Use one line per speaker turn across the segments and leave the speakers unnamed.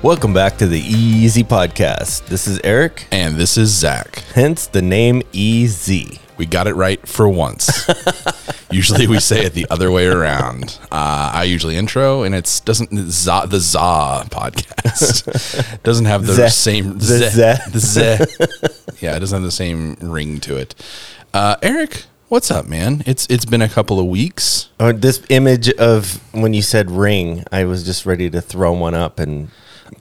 Welcome back to the Easy Podcast. This is Eric,
And this is Zach.
hence the name E Easy.
We got it right for once. usually we say it the other way around. Uh, I usually intro, and it's doesn't za, the za podcast doesn't have the
Zeh.
same
The
zeh-
zeh.
the zeh. yeah, it doesn't have the same ring to it. Uh, Eric, what's up, man? It's it's been a couple of weeks.
Or this image of when you said ring, I was just ready to throw one up and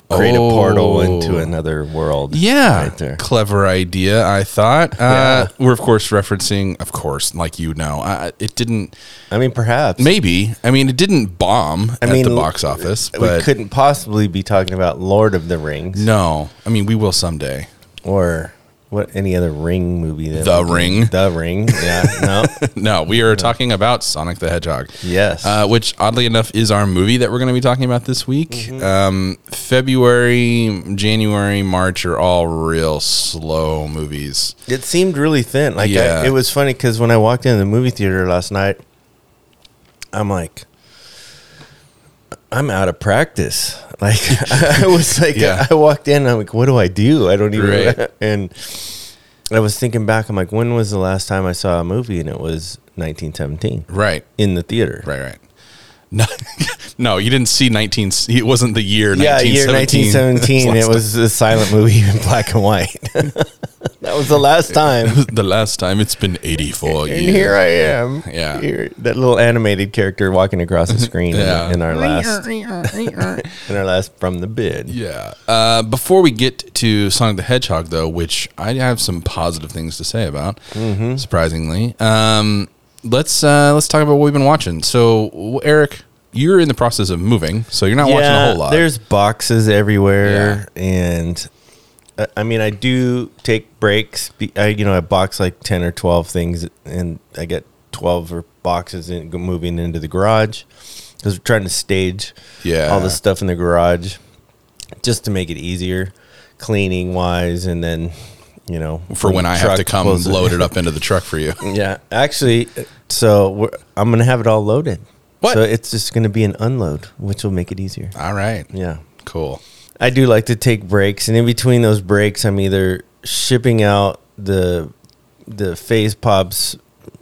create a portal
Oh.
into another world.
Yeah,
Right there.
clever idea. I thought uh, we're of course referencing, of course, like you know, uh, it didn't.
I mean, perhaps.
Maybe. I mean, it didn't bomb at
mean,
the box office,
we
but
couldn't possibly be talking about Lord of the Rings
no. I mean, we will someday.
or what any other ring movie. That
The
we can-
Ring.
The Ring. Yeah. No.
no, we are talking about Sonic the Hedgehog.
Yes.
Uh, which, oddly enough, is our movie that we're going to be talking about this week.
Mm-hmm.
Um, February, January, March are all real slow movies.
It seemed really thin. Like
Yeah.
I, it was funny because when I walked into the movie theater last night, I'm like, I'm out of practice. Like I was like,
Yeah.
I walked in. I'm like, what do I do? I don't even.
Right.
And I was thinking back. I'm like, when was the last time I saw a movie? And it was 1917
Right,
in the theater.
right, right. No, no, you didn't see 19. It wasn't the year
Yeah,
1917.
year 1917.
That's
it was a silent movie in black and white. that was the last time.
last- the last time it's been 84
And
years.
here I am.
Yeah.
Here- that little animated character walking across the screen in-
Yeah.
in, our last in our last from the bid.
Yeah. Uh, before we get to Sonic the Hedgehog, though, which I have some positive things to say about,
Mm-hmm.
surprisingly, um, let's uh, let's talk about what we've been watching. So, w- Eric, you're in the process of moving, so you're not watching a whole lot.
There's boxes everywhere, and uh, I mean, I do take breaks. Be- I you know I box like ten or twelve things, and I get twelve or boxes in, go- moving into the garage because we're trying to stage
Yeah.
all the stuff in the garage just to make it easier cleaning wise, and then you know
for when I have to
truck
come
pulls it-
load it up into the truck for you.
Yeah, actually, so we're, I'm gonna have it all loaded.
What?
So
Ah.
it's just gonna be an unload, which will make it easier.
All right.
Yeah,
Cool.
I do like to take breaks, and in between those breaks, I'm either shipping out the the face pops,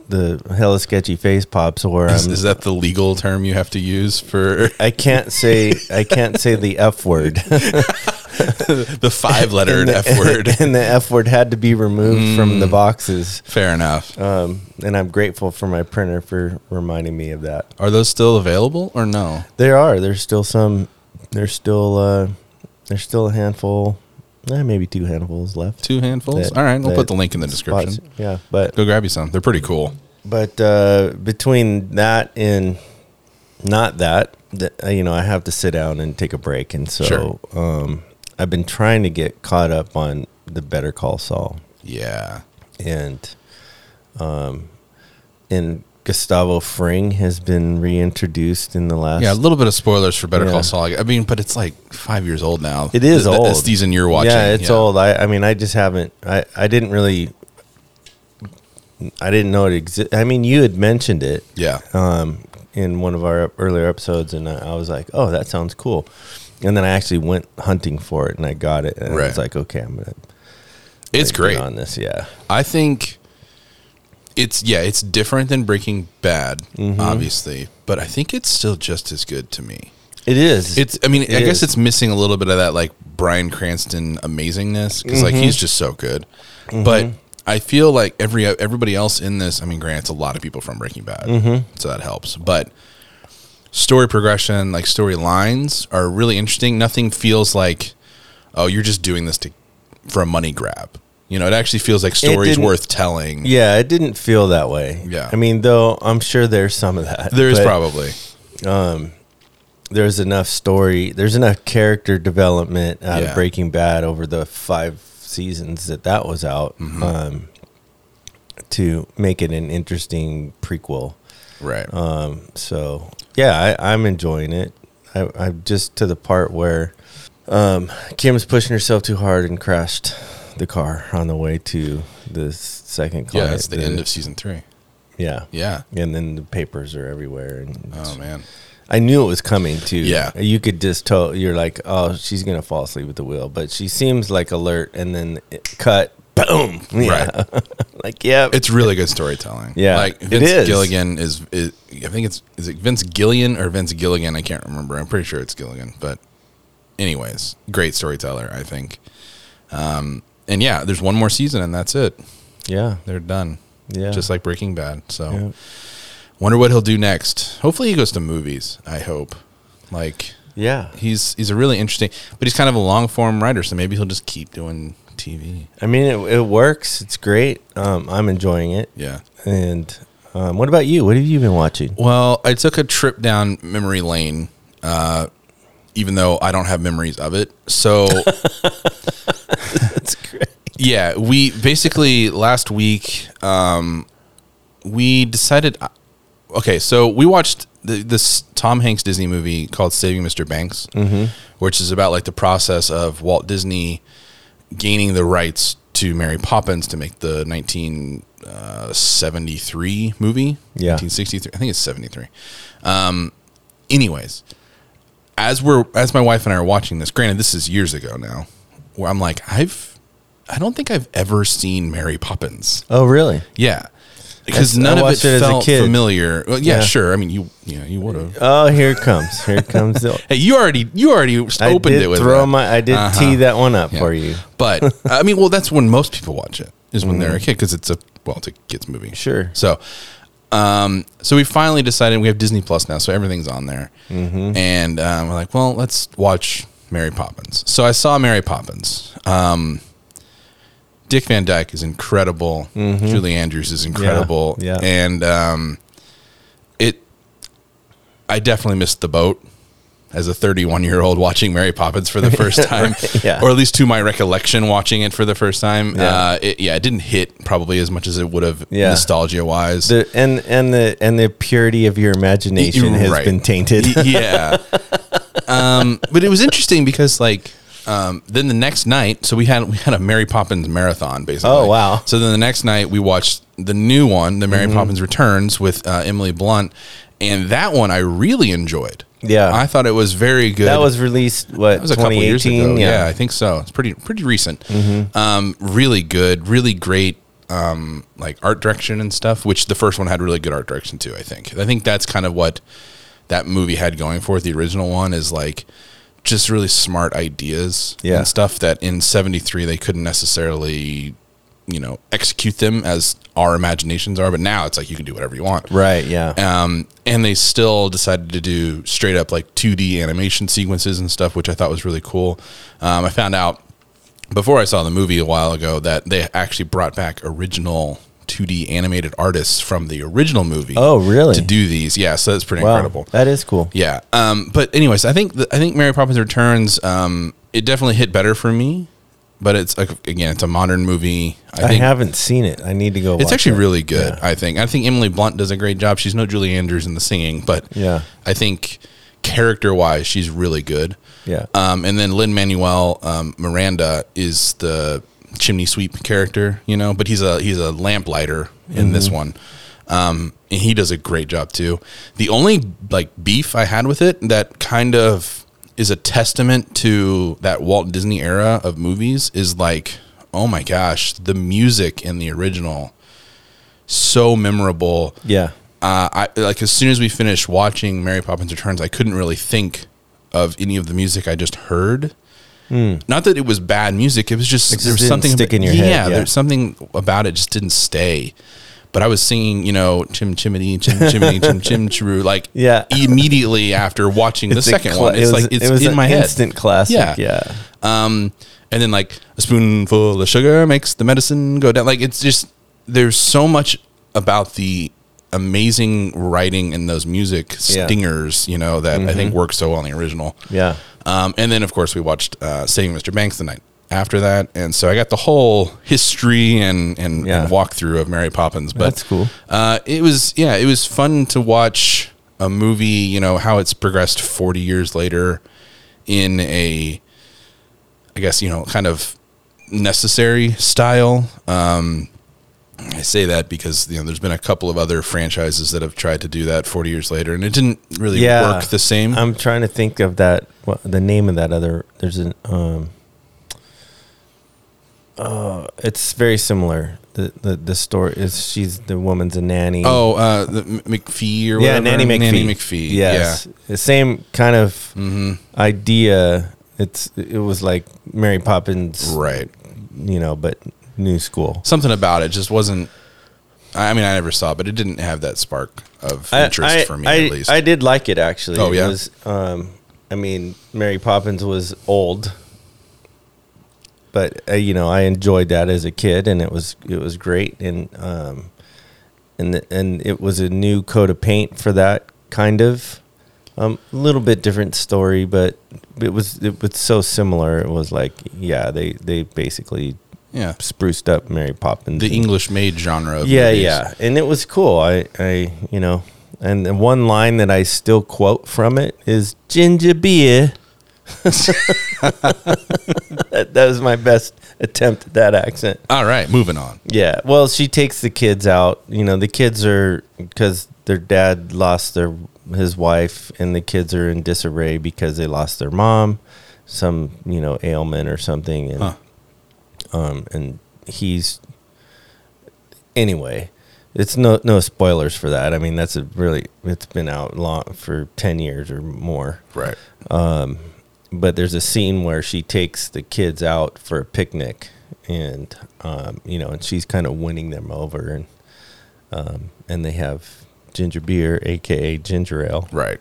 the hella sketchy face pops, or
Is,
I'm,
is that the legal term you have to use for
I can't say I can't say the f word.
the five lettered
the,
F word? Mm.
and the f word had to be removed from the boxes.
Fair enough.
Um, and I'm grateful for my printer for reminding me of that.
Are those still available or no?
There are. There's still some. There's still. Uh, there's still a handful. eh, maybe two handfuls left.
Two handfuls?
That-
All right. We'll
that
put the link in the description.
Spots. Yeah, but
Go grab you some. They're pretty cool.
but uh, between that and not that, th- uh, you know, I have to sit down and take a break, and so
Sure.
um, I've been trying to get caught up on the Better Call Saul
Yeah.
and um, and Gustavo Fring has been reintroduced in the last
Yeah, a little bit of spoilers for Better
Yeah.
Call Saul. I mean, but it's like five years old now.
It is
the,
old.
The season you're watching.
Yeah, it's old. I, I mean, I just haven't. I, I didn't really. I didn't know it existed. I mean, you had mentioned it
Yeah.
um, in one of our earlier episodes, and I, I was like, "Oh, that sounds cool." And then I actually went hunting for it, and I got it, and I was
Right.
like, "Okay, I'm gonna."
It's
get
great.
on this. Yeah,
I think it's yeah, it's different than Breaking Bad,
Mm-hmm.
obviously, but I think it's still just as good to me.
it is.
It's I mean, I
It
guess
is.
it's missing a little bit of that like Brian Cranston amazingness because like
Mm-hmm.
he's just so good, but. I feel like every everybody else in this. I mean, granted, it's a lot of people from Breaking Bad,
Mm-hmm.
so that helps. But story progression, like storylines, are really interesting. Nothing feels like, oh, you're just doing this to for a money grab. You know, it actually feels like stories
didn't-
worth telling.
yeah. It didn't feel that way.
Yeah.
I mean, though, I'm sure there's some of that.
there is
but-
probably
there's enough story, there's enough character development out of
Yeah.
Breaking Bad over the five seasons that that was out
Mm-hmm.
um, to make it an interesting prequel.
right.
Um, so yeah, I, I'm enjoying it. I, I'm just to the part where um, Kim's pushing herself too hard and crashed the car on the way to the s- second
yeah,
client.
that's the end of season three.
yeah,
Yeah.
and then the papers are everywhere and it's
Oh man.
I knew it was coming too.
Yeah.
you could just tell. You're like, oh, she's gonna fall asleep at the wheel, but she seems like alert. And then it cut, boom. Yeah, like yeah,
It's really good storytelling.
Yeah,
like
it
Vince
is.
Gilligan is, is. I think it's is it Vince Gillian or Vince Gilligan? I can't remember. I'm pretty sure it's Gilligan. But, anyways, great storyteller. I think. Um, and yeah, there's one more season, and that's it.
yeah.
They're done.
Yeah.
just like Breaking Bad. So,
Yeah.
wonder what he'll do next. Hopefully, he goes to movies. I hope. Like
Yeah,
he's he's a really interesting, but he's kind of a long form writer. So maybe he'll just keep doing TV.
I mean it. It works. It's great. Um, I'm enjoying it.
Yeah.
And um, what about you? What have you been watching?
Well, I took a trip down memory lane, uh, even though I don't have memories of it. So,
That's great.
yeah, we basically last week um, we decided. uh, Okay, so we watched the, this Tom Hanks Disney movie called Saving Mr. Banks, which is about like the process of Walt Disney gaining the rights to Mary Poppins to make the 1973 movie.
Yeah.
1963. I think it's 73. Um, anyways, as we're as my wife and I are watching this, granted this is years ago now, where I'm like, I've I don't think I've ever seen Mary Poppins.
Oh, really?
Yeah. Because
I
none of it,
watched it as a
felt
kid.
familiar. Well, yeah,
Yeah.
sure. I mean, you yeah, you would have.
Oh, here it comes. Here it comes. The,
Hey, you already you already
I
opened
did
it with
throw
that.
my. I did
Uh-huh.
tee that one up
Yeah.
for you.
But I mean, well, that's when most people watch it is when they're a kid because it's a well, it's a kids movie.
Mm. Sure.
So, um, so we finally decided we have Disney Plus now, so everything's on there,
Mm-hmm.
and um, we're like, well, let's watch Mary Poppins. So I saw Mary Poppins. Um, Dick Van Dyke is incredible. Julie Andrews is incredible.
Mm-hmm. yeah.
And um, it, I definitely missed the boat as a 31 year old watching Mary Poppins for the first time,
yeah.
or at least to my recollection, watching it for the first time. Yeah.
Yeah.
Uh, it, yeah, it didn't hit probably as much as it would have
Yeah.
nostalgia wise.
The and and the and the purity of your imagination has
right.
been tainted.
yeah. um, but it was interesting because like um, then the next night, so we had we had a Mary Poppins marathon basically.
Oh, wow. Mm-hmm.
So then the next night we watched the new one, the Mary Poppins Returns with uh, Emily Blunt, and that one I really enjoyed.
Yeah.
I thought it was very good.
That was released what
That was a couple years
2018.
ago. Yeah. I think so. It's pretty pretty recent. Um, really good, really great. Um, like art direction and stuff, which the first one had really good art direction too. I think. I think that's kind of what that movie had going for it. The original one is like just really smart ideas
Yeah.
and stuff that in '73 they couldn't necessarily, you know, execute them as our imaginations are. But now it's like you can do whatever you want,
Right. Yeah.
um, and they still decided to do straight up like 2D animation sequences and stuff, which I thought was really cool. Um, I found out before I saw the movie a while ago that they actually brought back original 2D animated artists from the original movie.
Oh, really?
To do these, yeah. So that's pretty
wow.
incredible.
That is cool.
Yeah. Um, but anyways, I think the, I think Mary Poppins Returns. Um, it definitely hit better for me, but it's like again, it's a modern movie.
I, haven't seen it. I need to go.
It's
watch
actually
it.
really good, I think. I think Emily Blunt does a great job. She's no Julie Andrews in the singing, but
Yeah.
I think character wise, she's really good.
Yeah.
Um, and then Lynn Manuel um, Miranda is the chimney sweep character, you know, but he's a he's a lamplighter in this
Mm-hmm.
one. Um, and he does a great job too. The only like beef I had with it that kind of is a testament to that Walt Disney era of movies is like, oh my gosh, the music in the original so memorable
Yeah.
uh, I like as soon as we finished watching Mary Poppins Returns, I couldn't really think of any of the music I just heard. Not that it was bad music; it was just
just
there was
didn't
something
stick
about-
in your
yeah,
head, yeah.
there's something about it just didn't stay. But I was singing, you know, chim chimity, chim chimity, chim chim chiru, like
Yeah.
immediately after watching the
It's a
second
cla-
one. It's
it was-
like it's
it was
in
an
my head.
Instant classic.
Yeah.
Yeah. Yeah.
Um, and then like a spoonful of sugar makes the medicine go down. Like it's just there's so much about the amazing writing in those music
Yeah.
stingers, you know, that I think work so well in the original.
Yeah.
Um, and then of course we watched uh, Saving Mr. Banks the night after that, and so I got the whole history and and,
Yeah.
and walkthrough of Mary Poppins. But
That's cool.
Uh, it was yeah, it was fun to watch a movie. You know how it's progressed forty years later in a, I guess you know kind of necessary style. Um, I say that because you know there's been a couple of other franchises that have tried to do that 40 years later, and it didn't really
Yeah.
work the same.
I'm trying to think of that. What, the name of that other? There's an. Um, uh, it's very similar. The, the the story is she's the woman's a nanny.
oh, uh, the M- McPhee or
yeah,
whatever.
nanny McPhee.
Nanny McPhee.
Yes,
Yeah. Mm-hmm.
the same kind of idea. It's it was like Mary Poppins,
Right.
you know, but new school.
Something about it just wasn't. I I mean, I never saw it, but it didn't have that spark of
I-
interest
I,
for me,
I,
at least.
I did like it actually.
Oh, yeah?
It was, um, I mean, Mary Poppins was old, but uh, you know, I enjoyed that as a kid, and it was it was great, and um, and and it was a new coat of paint for that kind of. Um, a little bit different story, but it was it was so similar. It was like, yeah, they they basically
yeah.
spruced up Mary Poppins.
The
and-
English made genre. Of
yeah
movies.
yeah and it was cool i i you know and the one line that i still quote from it is ginger beer that, that was my best attempt at that accent
All right, moving on.
yeah well she takes the kids out you know the kids are because their dad lost their his wife and the kids are in disarray because they lost their mom some you know ailment or something and
Huh.
um, and he's anyway. It's no no spoilers for that. I mean, that's a really it's been out long for ten years or more.
Right.
But there's a scene where she takes the kids out for a picnic, and um, you know, and she's kind of winning them over, and um, and they have ginger beer, aka ginger ale,
Right.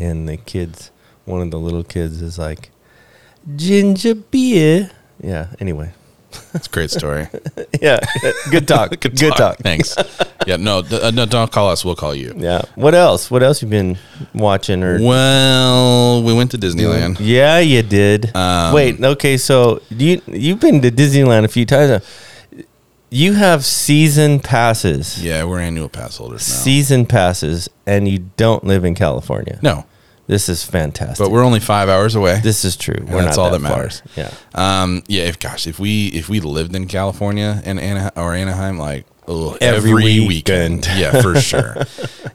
and the kids, one of the little kids is like, ginger beer. Yeah. Anyway.
It's a great story.
Yeah. Good talk. Good, talk.
Thanks. Yeah. No, d- uh, no. Don't call us. We'll call you.
Yeah. What else? What else you been watching or
Well, we went to Disneyland.
Yeah, you did.
Um,
Wait. Okay. So you you've been to Disneyland a few times. now. You have season passes.
Yeah, we're annual pass holders now.
Season passes, and you don't live in California.
no,
This is fantastic.
but we're only five hours away.
this is true. We're
that's
not
all that
far.
matters.
Yeah.
Um, yeah, if gosh, if we if we lived in California and Anahe- or Anaheim, like ugh,
Every
every, weekend. yeah, for sure.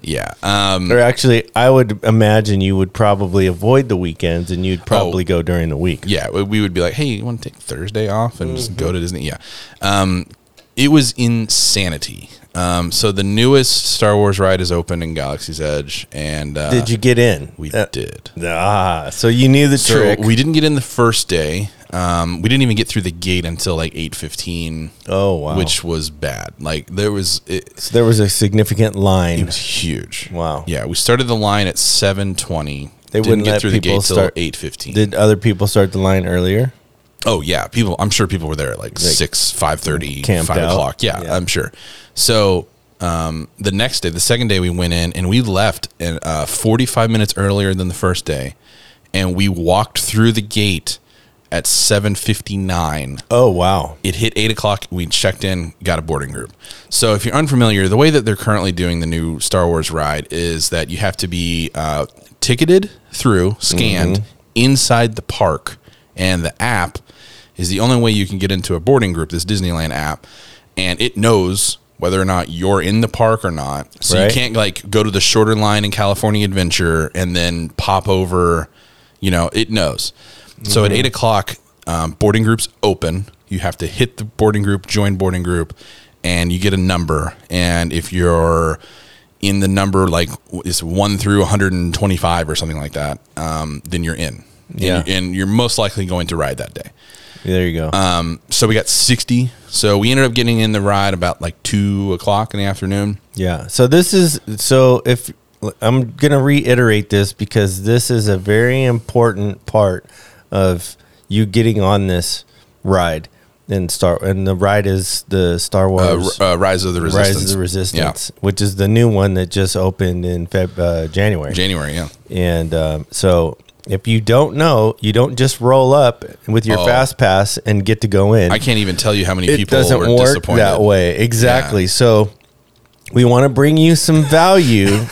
Yeah. Um,
Or actually, I would imagine you would probably avoid the weekends, and you'd probably go during the week.
Oh. yeah, we we would be like, hey, you want to take Thursday off and just go to Disney? Yeah. Um, it was insanity. Um, so the newest Star Wars ride is open in Galaxy's Edge, and uh,
Did you get in?
We
Uh,
did.
Ah, so you knew the
So
trick.
we didn't get in the first day. Um, we didn't even get through the gate until like eight fifteen.
Oh, wow.
Which was bad. Like there was it,
So there was a significant
it
line.
was huge.
Wow.
Yeah, we started the line at seven twenty.
They wouldn't let people start-
eight fifteen.
Did other people start the line earlier?
Oh yeah, people. I'm sure people were there at like, six, five thirty, five
camped out.
o'clock. Yeah,
Yeah.
I'm sure. So um, the next day, the second day, we went in and we left in, uh, 45 minutes earlier than the first day, and we walked through the gate at 7:59.
Oh wow!
It hit eight o'clock. We checked in, got a boarding group. So if you're unfamiliar, the way that they're currently doing the new Star Wars ride is that you have to be uh, ticketed through, scanned inside the park, and the app is the only way you can get into a boarding group. This Disneyland app, and it knows whether or not you're in the park or not. So
Right.
you can't like go to the shorter line in California Adventure and then pop over. You know, it knows. So at eight o'clock, um, boarding groups open. You have to hit the boarding group, join boarding group, and you get a number. And if you're in the number like w- it's one through 125 or something like that, um, then you're in. And
Yeah.
you- and you're most likely going to ride that day.
There you go.
Um, so we got 60. So we ended up getting in the ride about like two o'clock in the afternoon.
yeah. So this is so if I'm gonna reiterate this because this is a very important part of you getting on this ride and star and the ride is the Star
Uh,
Wars
R- uh, Rise of the
Rise
Resistance.
of the
Yeah.
Resistance, which is the new one that just opened in Feb uh, January.
January, yeah.
And um, so, if you don't know, you don't just roll up with your
Oh.
fast pass and get to go in.
I can't even tell you how many
it
people
doesn't
were
work
disappointed.
that way. Exactly. So, we want to bring you some value.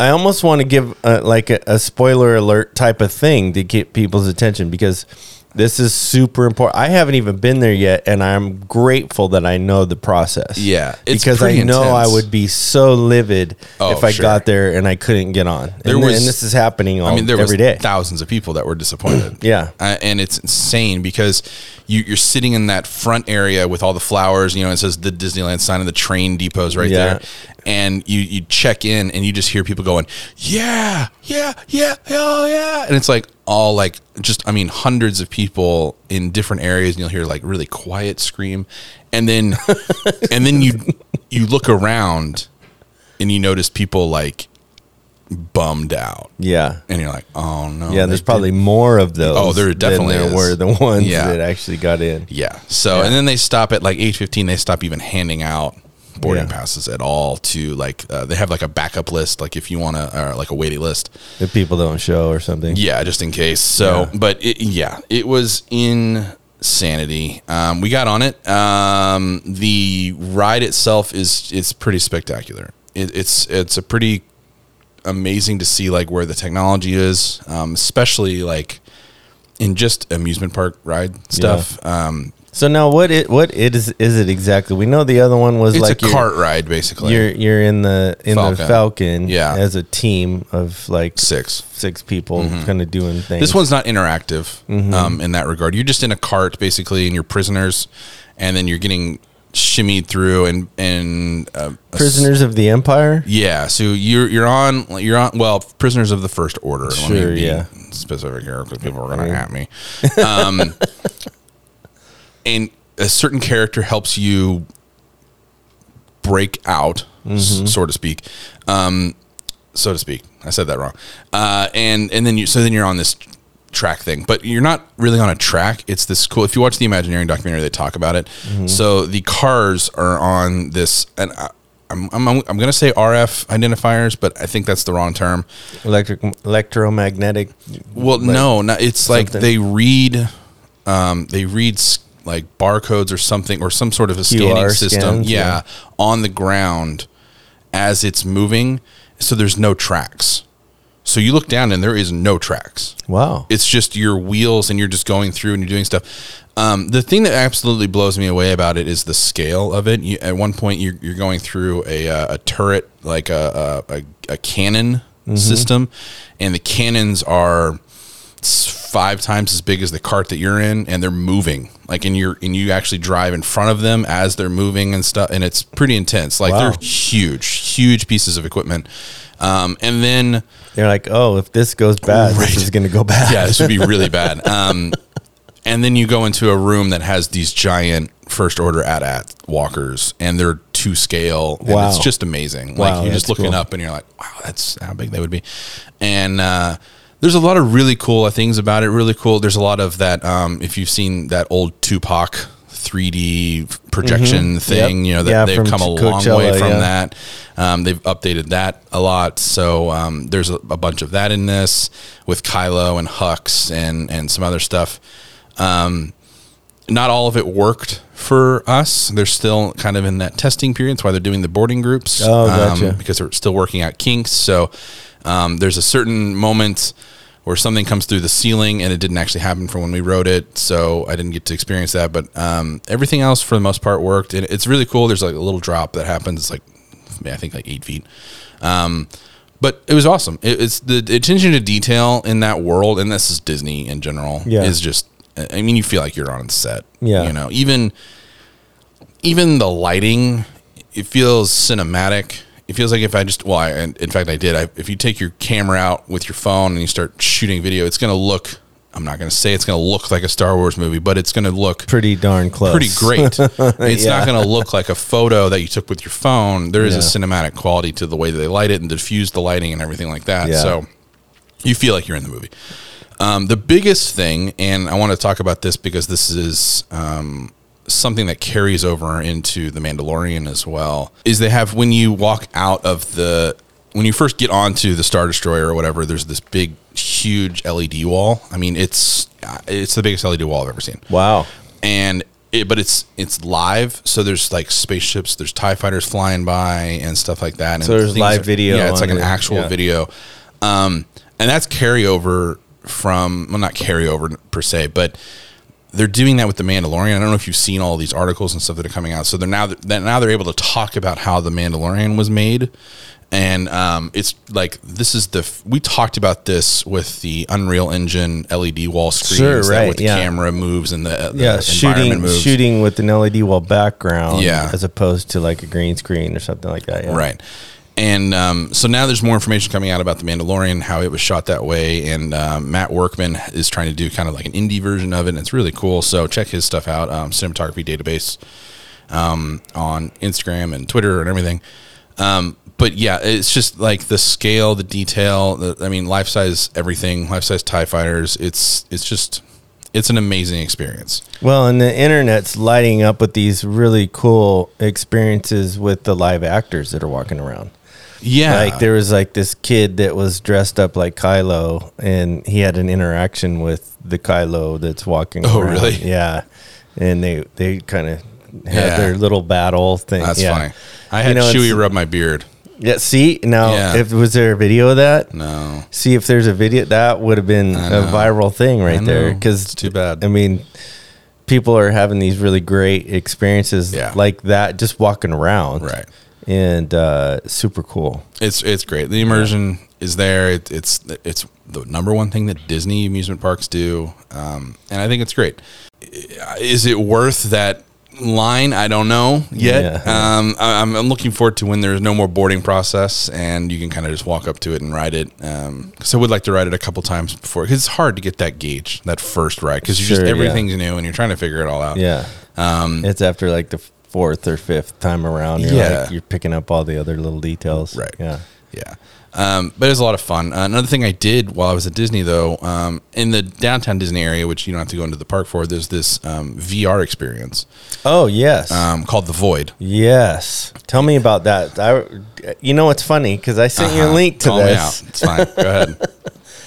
I almost want to give uh like a, a spoiler alert type of thing to get people's attention because This is super important. I haven't even been there yet, and I'm grateful that I know the process.
Yeah, it's
because I
pretty
know I
intense.
would be so livid
Oh,
if I
sure.
got there and I couldn't get on.
There
and, th-
was-
and this is happening all,
I mean, there
every
was
day.
thousands of people that were disappointed.
Yeah.
uh, and it's insane because you, you're sitting in that front area with all the flowers. You know, it says the Disneyland sign and the train depots right
Yeah.
there. And you you check in and you just hear people going, yeah, yeah, yeah, hell yeah, and it's like all like just I mean hundreds of people in different areas, and you'll hear like really quiet scream, and then and then you you look around and you notice people like bummed out
yeah.
and you're like, oh no.
Yeah,
they
there's
did-
probably more of those.
Oh, there definitely
than
is.
there were the ones
Yeah.
that actually got in.
Yeah. So and then they stop at like eight fifteen. They stop even handing out boarding
Yeah.
passes at all. To like uh, they have like a backup list, like if you want to, or like a waiting list.
If people don't show or something.
Yeah, just in case. So, but it, yeah, it was insanity. Um, we got on it. Um, the ride itself is it's pretty spectacular. It, it's it's a pretty amazing to see like where the technology is, um, especially like in just amusement park ride stuff. Um,
So now, what it what it is is it exactly? We know the other one was
it's
like
a
your-
cart ride basically.
You're you're in the in the
Falcon.
Falcon,
Yeah.
as a team of like
Six.
six people kind of doing things.
Mm-hmm. This one's not interactive um, in that regard. You're just in a cart basically, and you're prisoners, and then you're getting shimmied through and and uh, a s-
prisoners of the empire.
Yeah, so you're you're on you're on well prisoners of the first order.
Sure, yeah.
specific here because people are going to at me. Um, and a certain character helps you break out,
Mm-hmm.
s- so to speak. Um, so to speak. I said that wrong. Uh, and and then you so then you're on this track thing, but you're not really on a track. It's this cool. If you watch the Imagineering documentary, they talk about it. So the cars are on this, and I, I'm I'm I'm gonna say RF identifiers, but I think that's the wrong term.
Electric electromagnetic.
Well, no, no, it's like
something.
they read, um, they read s- like barcodes or something or some sort of a scanning
QR
system,
scans,
yeah, on the ground as it's moving. So there's no tracks. So you look down and there is no tracks.
Wow.
It's just your wheels and you're just going through and you're doing stuff. Um, the thing that absolutely blows me away about it is the scale of it. You, at one point, you're, you're going through a, uh, a turret, like a, a, a, a cannon system, and the cannons are s- five times as big as the cart that you're in and they're moving like and you're and you actually drive in front of them as they're moving and stuff and it's pretty intense like
Wow.
they're huge huge pieces of equipment um, and then
They're like, oh, if this goes bad,
Right.
this is gonna go bad.
yeah, this would be really bad. Um, and then you go into a room that has these giant first order at at walkers, and they're to scale. And
Wow.
it's just amazing.
Wow,
like you're just
that's
looking
cool.
up, and you're like, wow, that's how big they would be. And uh, there's a lot of really cool things about it. Really cool. There's a lot of that. Um, if you've seen that old Tupac.
Mm-hmm.
3D projection thing, you know that
Yeah,
they've
from
come a long
Coachella,
way from
yeah.
that that. Um, they've updated that a lot, so um, there's a, a bunch of that in this with Kylo and Hux and and some other stuff. Um, not all of it worked for us. They're still kind of in that testing period. That's why they're doing the boarding groups
Oh,
um,
gotcha.
because they're still working out kinks. So um, there's a certain moment where something comes through the ceiling, and it didn't actually happen for when we wrote it. So I didn't get to experience that. But um, everything else, for the most part, worked. And it's really cool. There's like a little drop that happens. It's like I think like eight feet. Um, but it was awesome. It, it's the attention to detail in that world, and this is Disney in general.
Yeah.
is just. I mean, you feel like you're on set.
Yeah.
you know, even even the lighting, it feels cinematic. It feels like if I just well, I, and in fact, I did. I, if you take your camera out with your phone and you start shooting video, it's gonna look. I'm not gonna say it's gonna look like a Star Wars movie, but it's gonna look
Pretty darn close.
pretty great. It's
Yeah.
not going to look like a photo that you took with your phone. There is
Yeah.
a cinematic quality to the way that they light it and diffuse the lighting and everything like that.
Yeah.
So you feel like you're in the movie. Um, the biggest thing, and I want to talk about this because this is um, something that carries over into The Mandalorian as well, is they have when you walk out of the when you first get onto the Star Destroyer or whatever, there's this big, huge LED wall. I mean, it's uh, it's the biggest LED wall I've ever seen
Wow.
and it, but it's it's live, so there's like spaceships, there's Tie fighters flying by and stuff like that. And
So there's
things
live
are-
video
Yeah, it's
on
like an
it,
actual
yeah.
video, um, and that's carryover from well, not carryover per se, but they're doing that with the Mandalorian. I don't know if you've seen all these articles and stuff that are coming out. So they're now that now they're able to talk about how the Mandalorian was made, and um, it's like this is the f- we talked about this with the Unreal Engine LED wall screens
Sure,
that
right,
with the
yeah.
camera moves and the, the
yeah,
environment
shooting
moves.
shooting with an LED wall background,
Yeah.
as opposed to like a green screen or something like that. Yeah.
Right. And um, so now there's more information coming out about The Mandalorian, how it was shot that way. And um, Matt Workman is trying to do kind of like an indie version of it. And it's really cool. So check his stuff out um, Cinematography Database um, on Instagram and Twitter and everything. Um, but yeah, it's just like the scale, the detail. The, I mean, life size everything, life size Tie Fighters. It's it's just it's an amazing experience.
Well, and the internet's lighting up with these really cool experiences with the live actors that are walking around.
Yeah,
Like there was like this kid that was dressed up like Kylo, and he had an interaction with the Kylo that's walking.
Oh,
around.
really?
Yeah, and they they kind of had
Yeah.
their little battle thing.
that's
yeah.
funny. I
You
had
know,
Chewie
it's-
rub my beard.
Yeah. See now,
Yeah.
if was there a video of that?
No.
See if there's a video that would have been a
know.
viral thing right
I
there.
know.
Because
It's too bad.
I mean, people are having these really great experiences
Yeah.
like that, just walking around,
Right.
And uh, super cool.
It's it's great. The immersion is there. It, it's it's the number one thing that Disney amusement parks do, um, and I think it's great. Is it worth that line? I don't know yet.
Yeah.
Um, I, I'm, I'm looking forward to when there's no more boarding process and you can kind of just walk up to it and ride it. Because I would like to ride it a couple times before because it's hard to get that gauge that first ride because you
Sure,
just
yeah.
everything's new and you're trying to figure it all out.
Yeah. Um, it's after like the fourth or fifth time around. You're
Yeah.
Like, you're picking up all the other little details.
Right.
Yeah.
Yeah. Um, but it was a lot of fun. Uh, another thing I did while I was at Disney, though, um, in the downtown Disney area, which you don't have to go into the park for, there's this um, VR experience
Oh yes.
um, called The Void.
yes. Tell me about that. I, you know, it's funny because I sent you a link to
Uh-huh. Call me
this.
out. It's fine. Go ahead.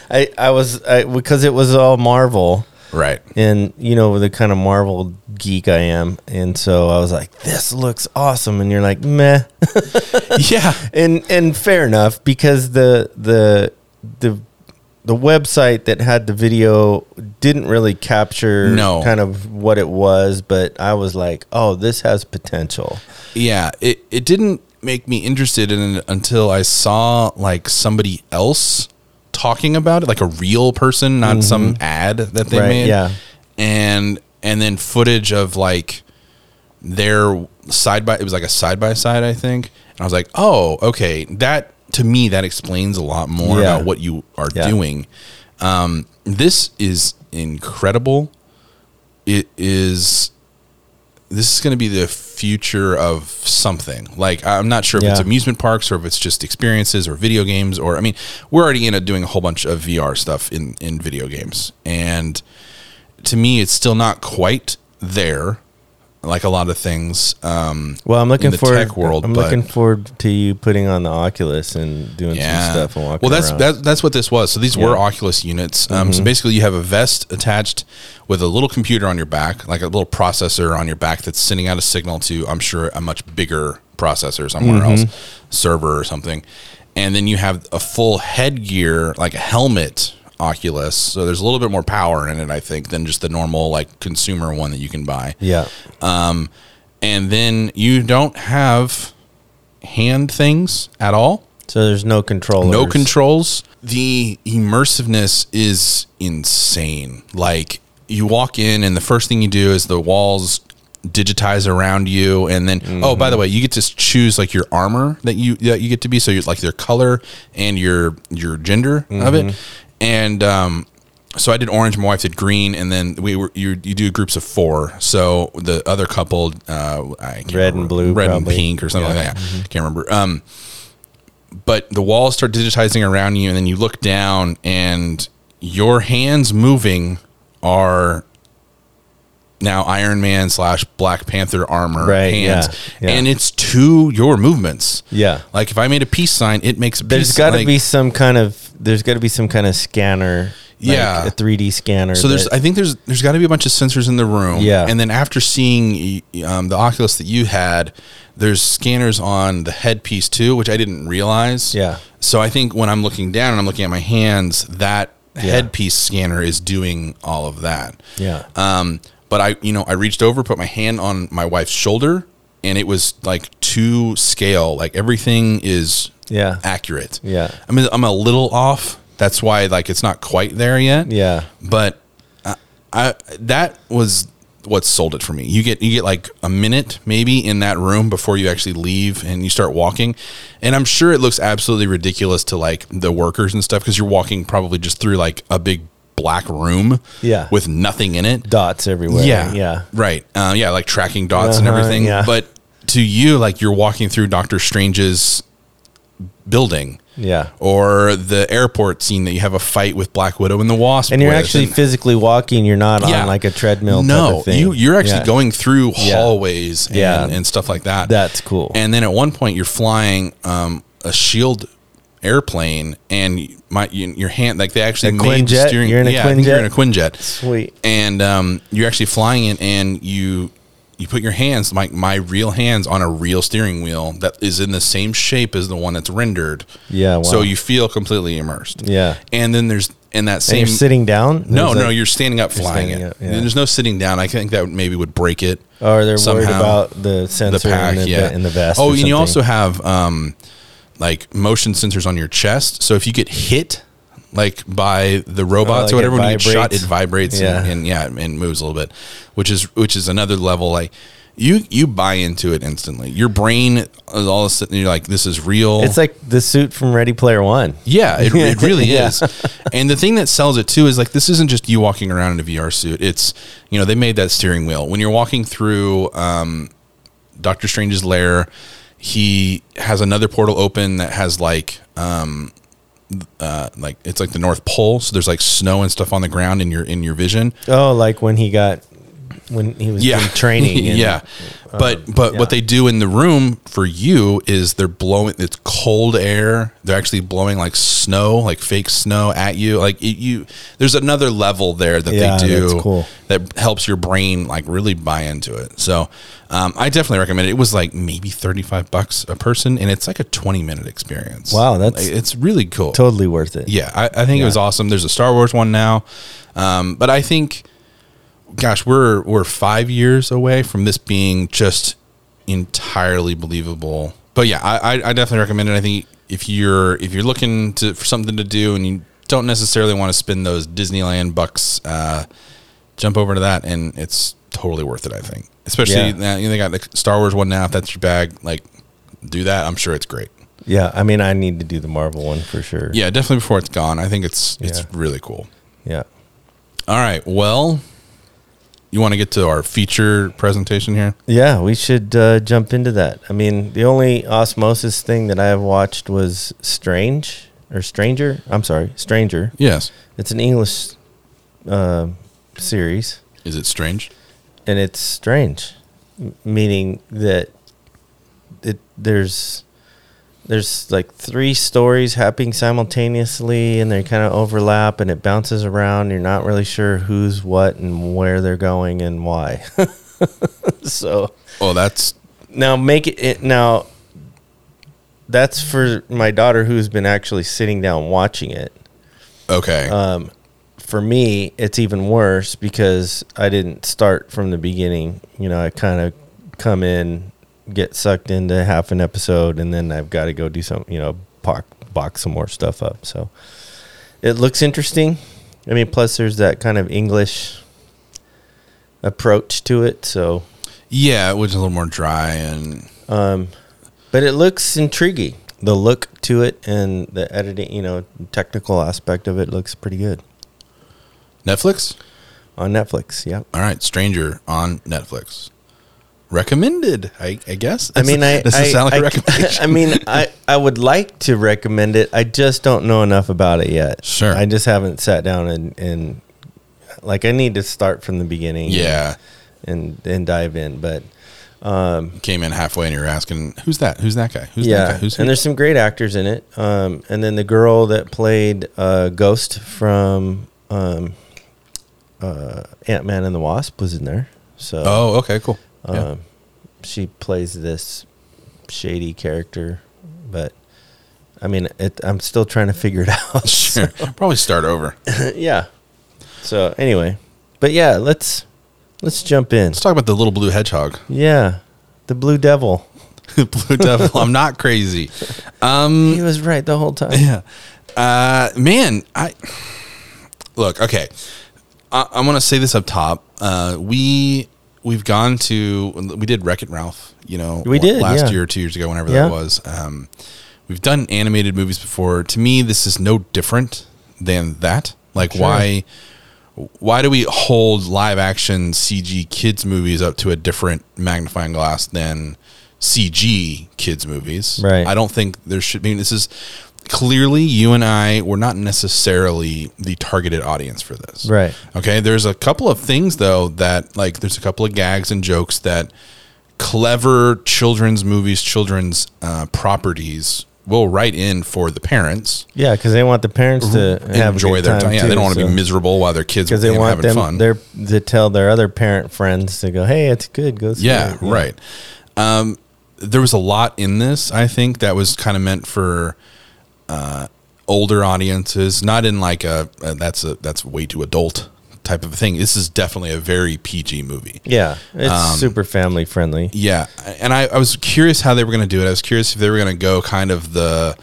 I, I was I, because it was all Marvel.
Right.
and you know the kind of Marvel geek I am, and so I was like, "This looks awesome," and you're like, "Meh,"
Yeah.
and and fair enough because the the the the website that had the video didn't really capture
No.
kind of what it was, but I was like, "Oh, this has potential."
Yeah. It, it didn't make me interested in it until I saw like somebody else talking about it, like a real person, not some ad that
Mm-hmm.
they
Right,
made.
yeah.
And and then footage of like their side by it was like a side by side i think and i was like oh okay that to me that explains a lot more
Yeah.
about what you are
Yeah.
doing um, this is incredible it is this is going to be the future of something like i'm not sure if it's
Yeah.
amusement parks or if it's just experiences or video games or i mean we're already in a, doing a whole bunch of vr stuff in in video games and to me it's still not quite there like a lot of things um
Well, I'm looking
the
forward.
tech world,
I'm
but-
looking forward to you putting on the Oculus and doing some
yeah
stuff and walking.
well that's
around. Mm-hmm.
that, that's what this was so these were oculus units um so basically you have a vest attached with a little computer on your back like a little processor on your back that's sending out a signal to i'm sure a much bigger processor somewhere
Mm-hmm.
else server or something and then you have a full headgear like a helmet oculus so there's a little bit more power in it i think than just the normal like consumer one that you can buy
yeah.
um, and then you don't have hand things at all.
So there's no controllers.
No controls. The immersiveness is insane. Like you walk in, and the first thing you do is the walls digitize around you, and then oh,
Mm-hmm.
by the way, you get to s- choose like your armor that you that you get to be. So you're like their color and your your gender of
Mm-hmm.
it, and um, so I did orange. My wife did green, and then we were you you do groups of four. So the other couple, uh, I can't
Red and
remember.
blue,
red
probably.
and pink, or something
Yeah.
like that. Can't remember. Um, but the walls start digitizing around you and then you look down and your hands moving are now Iron Man slash Black Panther armor
Right,
hands.
yeah, yeah.
And it's to your movements.
Yeah.
Like if I made a peace sign, it makes a peace
There's got to
like-
be some kind of there's got to be some kind of scanner, like
Yeah.
a 3D scanner.
So there's,
that-
I think there's, there's got to be a bunch of sensors in the room.
Yeah.
And then after seeing um, the Oculus that you had, there's scanners on the headpiece too, which I didn't realize.
Yeah.
So I think when I'm looking down and I'm looking at my hands, that headpiece scanner is doing all of that.
yeah,
Um, But I, you know, I reached over, put my hand on my wife's shoulder, and it was like to scale. Like everything is
Yeah.
accurate.
Yeah.
I mean, I'm a little off. That's why like it's not quite there yet.
Yeah.
But I, I that was what sold it for me. You get you get like a minute maybe in that room before you actually leave and you start walking. And I'm sure it looks absolutely ridiculous to like the workers and stuff cuz you're walking probably just through like a big black room
Yeah.
with nothing in it.
Dots everywhere.
Yeah.
Yeah.
Right. Uh, yeah. Like tracking dots and
Uh-huh,
everything.
yeah.
But to you, like you're walking through Doctor Strange's building
Yeah.
or the airport scene that you have a fight with Black Widow and the Wasp.
And you're
with,
actually
and-
physically walking. You're not
Yeah.
on like a treadmill.
no,
type of thing.
you you're actually
Yeah.
going through hallways and,
Yeah.
and stuff like that.
That's cool.
And then at one point you're flying um, a shield airplane and my you, your hand like they actually
A
made the
Quinjet?
steering
You're in a
yeah, I think you're in a Quinjet.
Sweet.
And um, you're actually flying it and you you put your hands like my real hands on a real steering wheel that is in the same shape as the one that's rendered.
Yeah,
So
wow.
you feel completely immersed.
Yeah.
And then there's and that
And
same
you're sitting down.
no,
There's
no,
a-
you're standing up flying
standing
it.
up, yeah.
There's no sitting down. I think that maybe would break it.
Or they're worried
somehow.
about the
the
sensor
pack,
in, the,
yeah,
in the vest.
Oh,
or
and
something.
you also have um, like motion sensors on your chest. So if you get hit, like by the robots
like
or
it
whatever, when you get shot, it
vibrates.
vibrates
Yeah.
And, and yeah, and moves a little bit, which is which is another level. Like you you buy into it instantly. Your brain is all of a sudden you're like, this is real.
It's like the suit from Ready Player One.
Yeah, it, it really
Yeah.
is. And the thing that sells it too is like this isn't just you walking around in a VR suit. It's you know they made that steering wheel when you're walking through um, Doctor Strange's lair. He has another portal open that has like um, uh, like it's like the North Pole. So there's like snow and stuff on the ground in your in your vision.
Oh, like when he got when he was
yeah
in training. and- um,
yeah but but
yeah.
what they do in the room for you is they're blowing it's cold air they're actually blowing like snow like fake snow at you like it, you there's another level there that
Yeah,
they do
that's cool.
that helps your brain like really buy into it so um, i definitely recommend it it was like maybe 35 bucks a person and it's like a 20 minute experience
Wow, that's-
Like, it's really cool
Totally worth it.
yeah, I, I think it was awesome. There's a Star Wars one now, um, but I think, gosh, we're we're five years away from this being just entirely believable. But yeah, I, I, I definitely recommend it. I think if you're if you're looking to for something to do and you don't necessarily want to spend those Disneyland bucks, uh, jump over to that and it's totally worth it. I think, especially
Yeah.
now you know, they got the Star Wars one now. If that's your bag, like do that. I'm sure it's great.
Yeah. I mean, I need to do the Marvel one for sure.
Yeah, definitely before it's gone. I think it's it's
Yeah.
really cool.
Yeah.
All right. Well, you want to get to our feature presentation here?
Yeah, we should uh, jump into that. I mean, the only osmosis thing that I have watched was Strange or Stranger. I'm sorry, Stranger.
Yes.
It's an English uh, series,
Is it strange?
and it's strange, m- meaning that it there's there's like three stories happening simultaneously, and they kind of overlap, and it bounces around. You're not really sure who's what and where they're going and why. so
Oh, that's
now make it, it now that's for my daughter who's been actually sitting down watching it
okay.
Uh, for me it's even worse because i didn't start from the beginning you know i kind of come in get sucked into half an episode and then i've got to go do some you know box, box some more stuff up so it looks interesting i mean plus there's that kind of english approach to it so
yeah, it was a little more dry and
But it looks intriguing. The look to it and the editing, you know, technical aspect of it looks pretty good
Netflix.
on Netflix. Yeah.
All right, Stranger on Netflix. Recommended, I, I guess.
I mean, I,
Does
I,
it sound like a
I-
recommendation?
I mean, I, I would like to recommend it. I just don't know enough about it yet.
Sure.
I just haven't sat down and, and like, I need to start from the beginning.
yeah,
And, and dive in. But
you came in halfway and you're asking, "Who's that? Who's that guy? Who's that
yeah.
guy? Who's
and
who?"
there's some great actors in it. Um, and then the girl that played uh, Ghost from um, uh, Ant Man and the Wasp was in there. So.
Oh, okay, cool. Yeah.
Um, she plays this shady character, but I mean, it, I'm still trying to figure it out.
sure. Probably start over.
yeah. So anyway, but yeah, let's Let's jump in.
Let's talk about the little blue hedgehog,
Yeah, the Blue Devil.
blue devil. I'm not crazy.
He was right the whole time.
Yeah. Uh, man, I look. Okay, I, I want to say this up top. Uh, we we've gone to we did Wreck It Ralph. You know,
We did,
last
yeah.
year or two years ago, whenever
Yeah.
that was. Um, we've done animated movies before. To me, this is no different than that. Like, why? Why do we hold live action CG kids movies up to a different magnifying glass than CG kids movies?
Right.
I don't think there should be. This is clearly you and I were not necessarily the targeted audience for this.
Right.
Okay. There's a couple of things though that like there's a couple of gags and jokes that clever children's movies, children's uh, properties will write in for the parents
Yeah, because they want the parents to have
enjoy their time. Yeah, they don't want to be
miserable.
miserable while their kids
because they
are
want
having
them
fun.
their to tell their other parent friends to go, hey, it's good, go. See
Yeah,
it."
right. Um, there was a lot in this, I think, that was kind of meant for uh, older audiences, not in like a uh, that's a that's way too adult type of thing. This is definitely a very PG movie.
Yeah, it's
Um,
super family friendly.
Yeah, and I, I was curious how they were going to do it. I was curious if they were going to go kind of the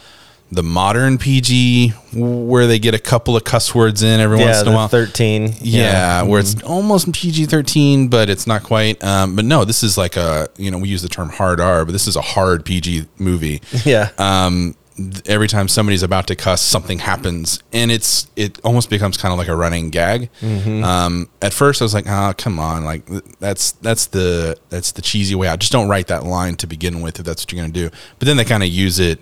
the modern PG where they get a couple of cuss words in every once
Yeah,
in a
the
while.
thirteen.
Yeah, where it's almost PG thirteen, but it's not quite. Um, but no, this is like a you know we use the term hard R, but this is a hard PG movie.
yeah,
Um, th- every time somebody's about to cuss, something happens, and it's it almost becomes kind of like a running gag.
Mm-hmm.
Um, at first, I was like, ah, come on, like th- that's that's the that's the cheesy way out. Just don't write that line to begin with if that's what you're gonna do. But then they kind of use it.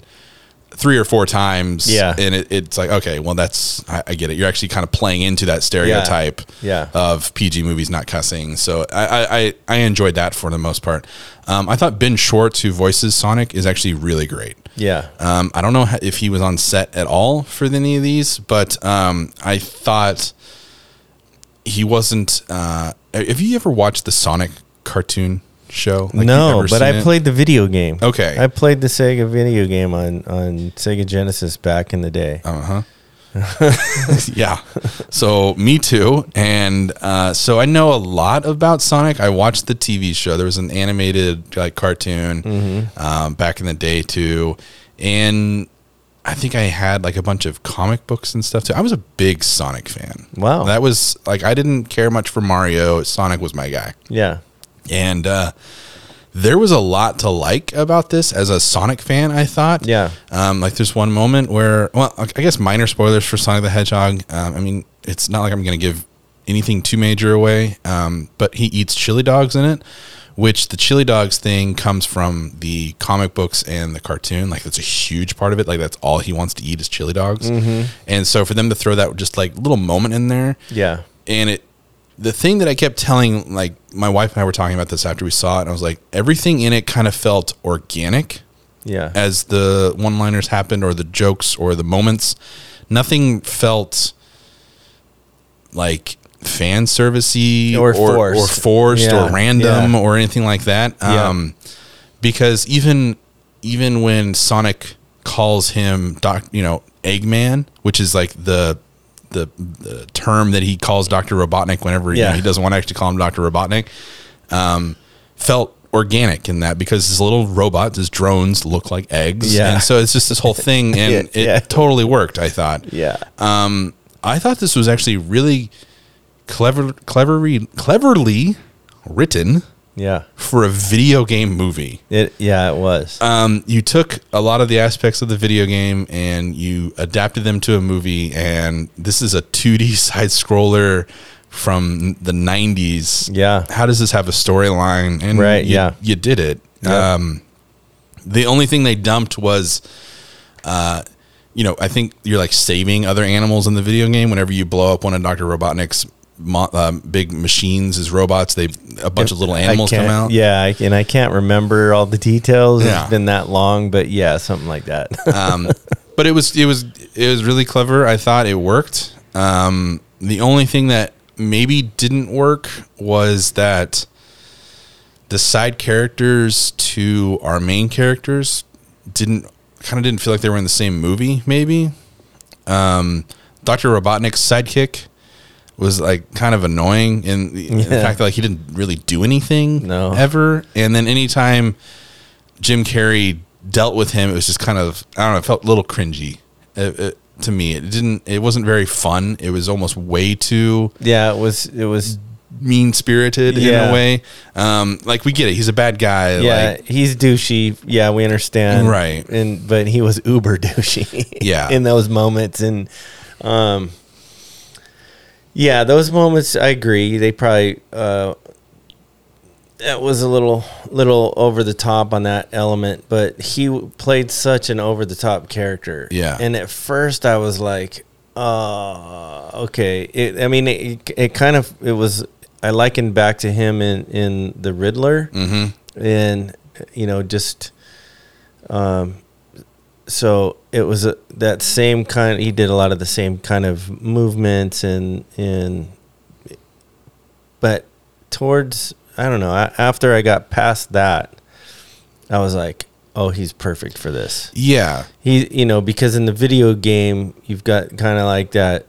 Three or four times,
Yeah.
and it, it's like, okay, well, that's I, I get it. You're actually kind of playing into that stereotype,
Yeah.
of PG movies not cussing. So I, I, I- I enjoyed that for the most part. Um, I thought Ben Schwartz, who voices Sonic, is actually really great.
yeah.
Um, I don't know ho- if he was on set at all for any of these, but um, I thought he wasn't. Uh, have you ever watched the Sonic cartoon show? Like, you've
no,
ever
but
seen
I
it?
played the video game.
Okay.
I played the Sega video game on on Sega Genesis back in the day.
Uh huh. yeah. So me too, and uh, so I know a lot about Sonic. I watched the TV show. There was an animated like cartoon um, back in the day too, and I think I had like a bunch of comic books and stuff too. I was a big Sonic fan.
Wow.
that was like I didn't care much for Mario. Sonic was my guy,
yeah,
and uh, there was a lot to like about this as a Sonic fan. I thought,
Yeah.
um, like there's one moment where, well, I guess minor spoilers for Sonic the Hedgehog. Um, I mean, it's not like I'm going to give anything too major away, um, but he eats chili dogs in it, which the chili dogs thing comes from the comic books and the cartoon. Like that's a huge part of it. Like that's all he wants to eat is chili dogs. And so for them to throw that just like little moment in there,
yeah,
and it the thing that I kept telling like my wife and I were talking about this after we saw it and I was like everything in it kind of felt organic
yeah,
as the one liners happened or the jokes or the moments nothing felt like fan servicey
Or
or,
forced.
forced
Yeah,
or random
yeah.
or anything like that
Yeah.
um because even even when sonic calls him doc you know eggman which is like the the, the term that he calls dr robotnik whenever you know,
Yeah.
he doesn't want to actually call him dr robotnik felt organic in that because his little robots, his drones look like eggs.
Yeah.
And so it's just this whole thing and it,
Yeah.
totally worked, I thought.
yeah.
Um I thought this was actually really clever cleverly cleverly written
yeah.
for a video game movie.
It yeah, it was.
Um, you took a lot of the aspects of the video game and you adapted them to a movie and this is a 2D side scroller from the 90s
Yeah.
how does this have a storyline? And
Right,
you,
yeah.
you did it.
Yeah.
Um, the only thing they dumped was, uh, you know, I think you're like saving other animals in the video game. Whenever you blow up one of Doctor Robotnik's mo- um, big machines, his robots, they a bunch of little
I
animals come
can't-
out.
Yeah, I, and I can't remember all the details.
Yeah.
It's been that long, but yeah, something like that.
um, but it was it was it was really clever. I thought it worked. Um, the only thing that maybe didn't work was that the side characters to our main characters didn't kind of didn't feel like they were in the same movie. Maybe um, Doctor Robotnik's sidekick was like kind of annoying in the, in the
Yeah.
fact that like he didn't really do anything
No.
ever. And then anytime Jim Carrey dealt with him, it was just kind of I don't know, it felt a little cringy uh uh to me. It didn't. It wasn't very fun. It was almost way too
Yeah, it was it was
mean spirited in
Yeah.
a way. Um, like we get it. He's a bad guy.
yeah,
Like,
he's douchey. Yeah, we understand.
Right.
And but he was uber douchey.
Yeah.
In those moments and um yeah, those moments I agree. They probably uh that was a little little over the top on that element, but he w- played such an over the top character.
Yeah.
And at first I was like, uh okay. It, I mean it, it kind of it was I likened back to him in in The Riddler
mhm.
and you know just um so it was a, that same kind he did a lot of the same kind of movements and and but towards i don't know a- after i got past that i was like oh he's perfect for this
Yeah.
he you know because in the video game you've got kind of like that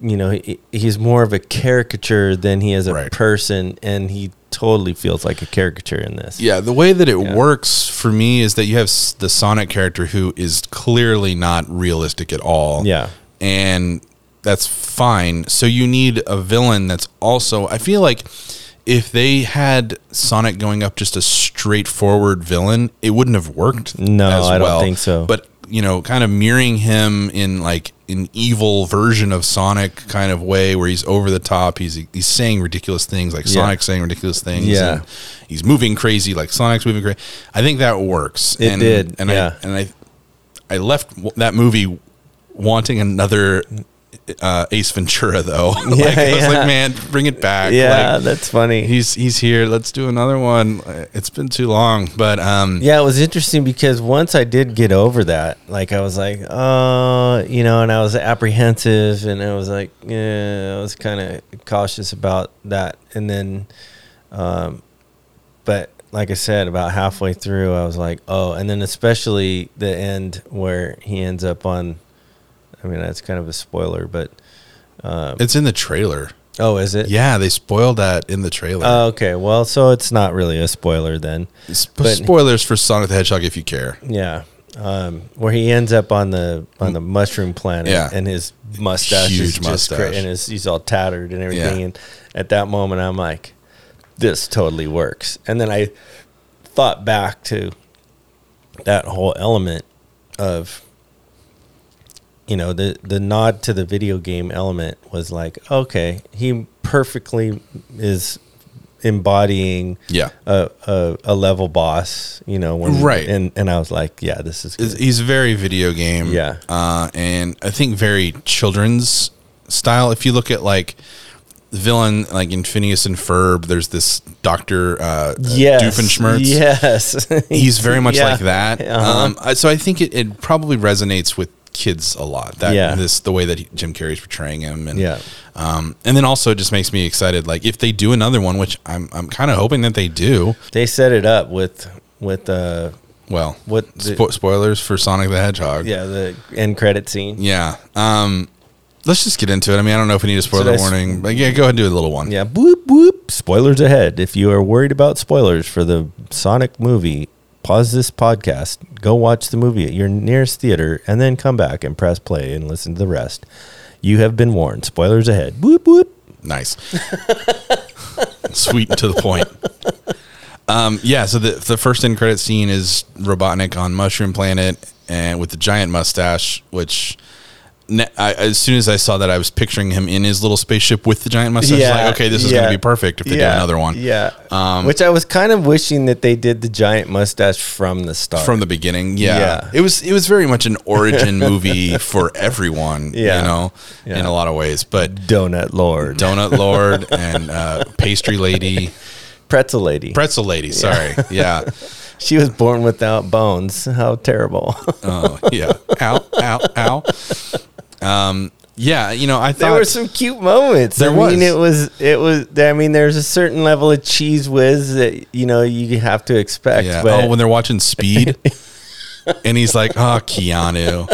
you know he, he's more of a caricature than he is a
Right.
person and he totally feels like a caricature in this
Yeah, the way that it
Yeah.
works for me is that you have s- the Sonic character who is clearly not realistic at all.
Yeah.
And that's fine. So you need a villain that's also I feel like if they had Sonic going up just a straightforward villain, it wouldn't have worked.
No,
as
I don't
well.
think so.
But you know, kind of mirroring him in like an evil version of Sonic kind of way, where he's over the top. He's he's saying ridiculous things, like
Yeah.
Sonic saying ridiculous things things,
Yeah.
and he's moving crazy, like Sonic's moving crazy. I think that works.
It
and,
did,
and
yeah.
I and I, I left w- that movie wanting another uh, Ace Ventura, though. like, I was
Yeah, yeah.
like, man, bring it back.
Yeah,
Like,
that's funny.
he's he's here. Let's do another one. It's been too long, but um,
yeah, it was interesting because once I did get over that, like I was like, uh, you know, and I was apprehensive and I was like, yeah, I was kind of cautious about that. And then, um, but like I said, about halfway through, I was like, oh, and then especially the end where he ends up on, I mean, that's kind of a spoiler, but
it's in the trailer.
oh, is it?
Yeah, they spoiled that in the trailer.
Oh, okay. Well, so it's not really a spoiler then.
Sp-
but-
spoilers for Sonic the Hedgehog if you care.
Yeah. Um, where he ends up on the on the mushroom planet
Yeah.
and his mustache
Huge
is just
mustache.
cra- and his, he's all tattered and everything
Yeah.
and at that moment I'm like this totally works and then I thought back to that whole element of you know the the nod to the video game element was like okay he perfectly is embodying
Yeah.
a, a, a level boss, you know, when,
Right.
And and I was like, yeah, this is
is-
good.
he's very video game.
Yeah.
Uh, and I think very children's style. If you look at like the villain like in Phineas and Ferb, there's this Doctor uh,
yes,
Doofenshmirtz.
Yes,
He's very much
Yeah.
like that.
Uh-huh.
Um, I- so I think it, it probably resonates with kids a lot. That
Yeah.
this the way that he- Jim Carrey's portraying him, and
Yeah.
um, and then also it just makes me excited. Like if they do another one, which I'm I'm kind of hoping that they do.
they set it up with with uh
Well,
What the-
spo- spoilers for Sonic the Hedgehog?
yeah the end credit scene.
Yeah. Um, let's just get into it. I mean, I don't know if we need a spoiler
that's-
warning, but yeah, go ahead and do a little one.
Yeah, whoop whoop. Spoilers ahead. If you are worried about spoilers for the Sonic movie, pause this podcast, go watch the movie at your nearest theater, and then come back and press play and listen to the rest. You have been warned. Spoilers ahead. Whoop whoop.
Nice. Sweet and to the point. Um, yeah. So the, the first end credit scene is Robotnik on Mushroom Planet and with the giant mustache, which. Ne- I, as soon as I saw that, I was picturing him in his little spaceship with the giant mustache.
Yeah,
like, okay, this is
yeah.
going to be perfect if they do another one
Yeah.
Um,
Which I was kind of wishing that they did the giant mustache from the start.
from the beginning. Yeah.
Yeah.
it was it was very much an origin movie for everyone.
Yeah.
you know,
Yeah.
in a lot of ways. But
Donut Lord.
Donut Lord and uh, Pastry Lady,
Pretzel Lady.
Pretzel Lady. Sorry, yeah,
she was born without bones. How terrible.
oh yeah, ow, ow, ow. Um, yeah, you know, I thought
there were some cute moments.
There
I
was.
mean, it was it was I mean there's a certain level of cheese whiz that you know you have to expect.
yeah.
But
Oh, when they're watching Speed, and he's like, "Oh, Keanu,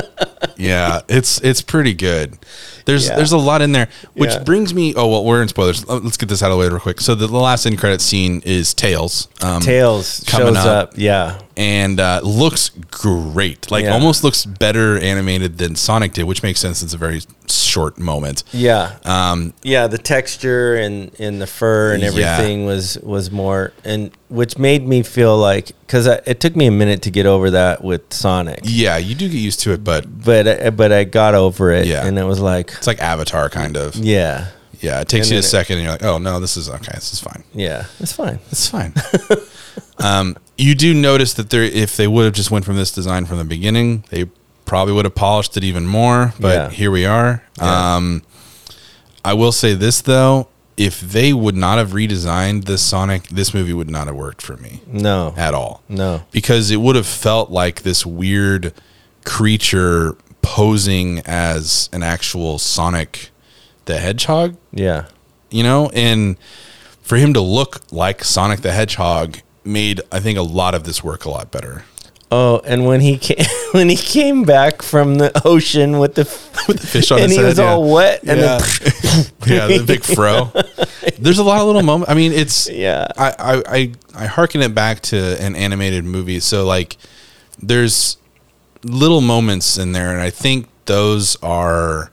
yeah, it's it's pretty good. There's
Yeah.
there's a lot in there, which
Yeah.
brings me. Oh well, we're in spoilers. Let- Let's get this out of the way real quick. So the, the last end credit scene is Tails. Um,
Tails
coming
shows up. Yeah.
and uh, looks great. Like
Yeah.
almost looks better animated than Sonic did, which makes sense. It's a very short moment.
Yeah.
Um,
yeah the texture and and the fur and
Yeah.
everything was was more and which made me feel like because it took me a minute to get over that with sonic
yeah, you do get used to it, but
but I, but i got over it
Yeah.
and it was like
it's like Avatar kind of.
yeah
Yeah, it takes
And
you a
then it-
second, and you're like, oh no, this is okay. This is fine.
yeah it's fine
It's fine. um, you do notice that there, if they would have just went from this design from the beginning, they probably would have polished it even more. But
Yeah.
here we are.
Yeah.
Um, I will say this though: if they would not have redesigned this Sonic, this movie would not have worked for me
no
at all.
no
Because it would have felt like this weird creature posing as an actual Sonic the Hedgehog
yeah
you know and for him to look like sonic the hedgehog made i think a lot of this work a lot better
Oh, and when he came, when he came back from the ocean with the, with the
fish on
and
his
he
head,
was
yeah.
all wet, and
yeah.
yeah.
yeah the big fro there's a lot of little moments i mean it's
yeah,
I, I i i hearken it back to an animated movie so like there's little moments in there and i think those are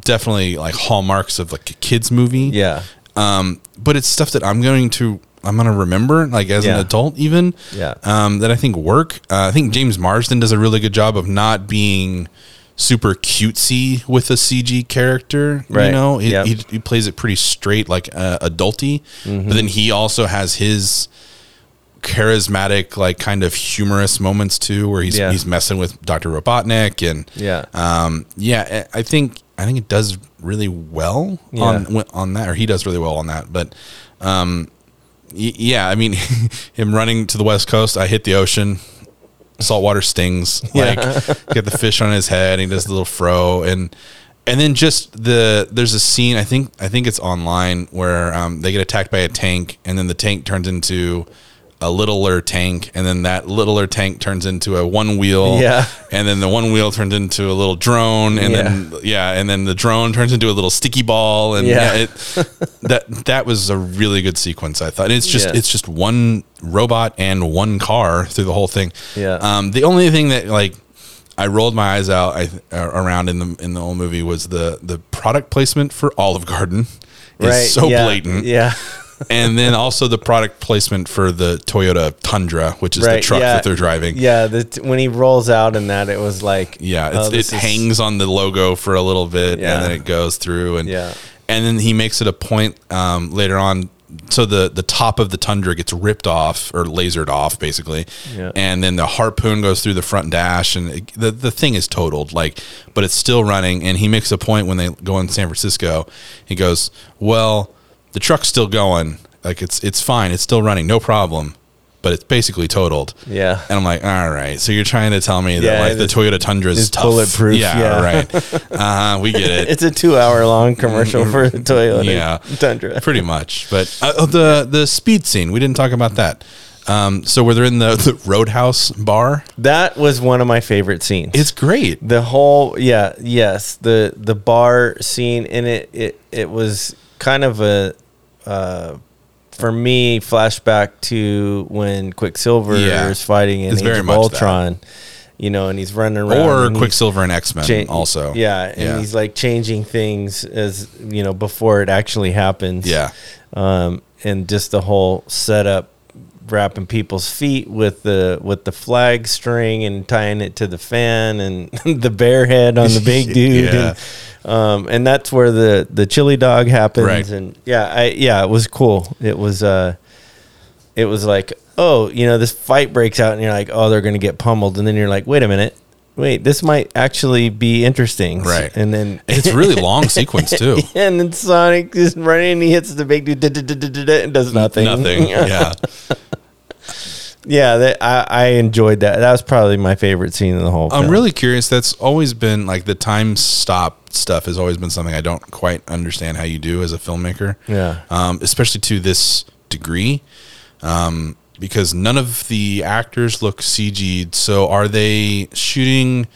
definitely like hallmarks of like a kids movie
yeah,
um, but it's stuff that I'm going to I'm gonna remember like as an
Yeah.
adult even
Yeah.
um, that I think work. Uh, I think James Marsden does a really good job of not being super cutesy with a CG character. You
Right.
know, he,
Yep.
he, he plays it pretty straight, like uh, adulty.
Mm-hmm.
But then he also has his charismatic, like kind of humorous moments too, where he's
Yeah.
he's messing with Doctor Robotnik and
yeah,
um, yeah, I I think I think it does really well on on that, or he does really well on that. But um, y- yeah, I mean, him running to the west coast, I hit the ocean. Saltwater stings. Like get the fish on his head. And he does the little fro and and then just the there's a scene I think I think it's online where um, they get attacked by a tank and then the tank turns into a littler tank and then that littler tank turns into a one wheel
Yeah.
and then the one wheel turns into a little drone and
Yeah.
then yeah and then the drone turns into a little sticky ball and yeah,
Yeah.
it, that that was a really good sequence I thought and it's just
Yeah.
it's just one robot and one car through the whole thing
Yeah.
um the only thing that like I rolled my eyes out I, th- uh, around in the in the whole movie was the the product placement for Olive Garden is
right,
so
yeah,
blatant
yeah,
and then also the product placement for the Toyota Tundra which is the
Right,
truck
yeah.
that they're driving
yeah. The t- when he rolls out in that, it was like,
Yeah,
oh,
it's, it
this is-
hangs on the logo for a little bit,
Yeah.
and then it goes through, and
Yeah.
and then he makes it a point um, later on. So the the top of the tundra gets ripped off or lasered off, basically,
Yeah.
and then the harpoon goes through the front dash, and it, the the thing is totaled. Like, but it's still running, and he makes a point when they go in San Francisco. He goes, "Well, the truck's still going. Like, it's it's fine. It's still running, no problem." But it's basically totaled.
Yeah.
and I'm like, all right. So you're trying to tell me that
Yeah,
like the
this-
Toyota Tundra is
It's
tough.
bulletproof,
Yeah,
yeah.
right. Uh, we get it.
It's a two-hour-long commercial for the Toyota
Yeah.
Tundra.
Pretty much. But uh, oh, the the speed scene, we didn't talk about that. Um, so where they're in the, the Roadhouse bar,
That was one of my favorite scenes.
it's great.
the whole yeah yes the the bar scene in it it it was kind of a uh for me flashback to when quicksilver
Yeah.
is fighting in
It's
Age
very
of
much that.
ultron you know and he's running around
Or
and he's
Quicksilver and X Men
cha-
also.
yeah and
yeah.
he's like changing things as you know before it actually happens
yeah.
um, and just the whole setup wrapping people's feet with the with the flag string and tying it to the fan and the bear head on the big dude
Yeah.
and, um, and that's where the the chili dog happens
Right.
and yeah I yeah it was cool it was uh it was like oh you know this fight breaks out and you're like oh they're gonna get pummeled and then you're like wait a minute wait this might actually be interesting
Right.
and then
It's a really long sequence too.
and then Sonic is running and he hits the big dude duh, duh, duh, duh, duh, duh, and does nothing.
Nothing. Yeah.
yeah, that, I, I enjoyed that. That was probably my favorite scene in the whole
I'm
film.
Oh, really curious. That's always been like the time stop stuff has always been something I don't quite understand how you do as a filmmaker.
Yeah.
Um, especially to this degree, um, because none of the actors look CG'd. So are they shooting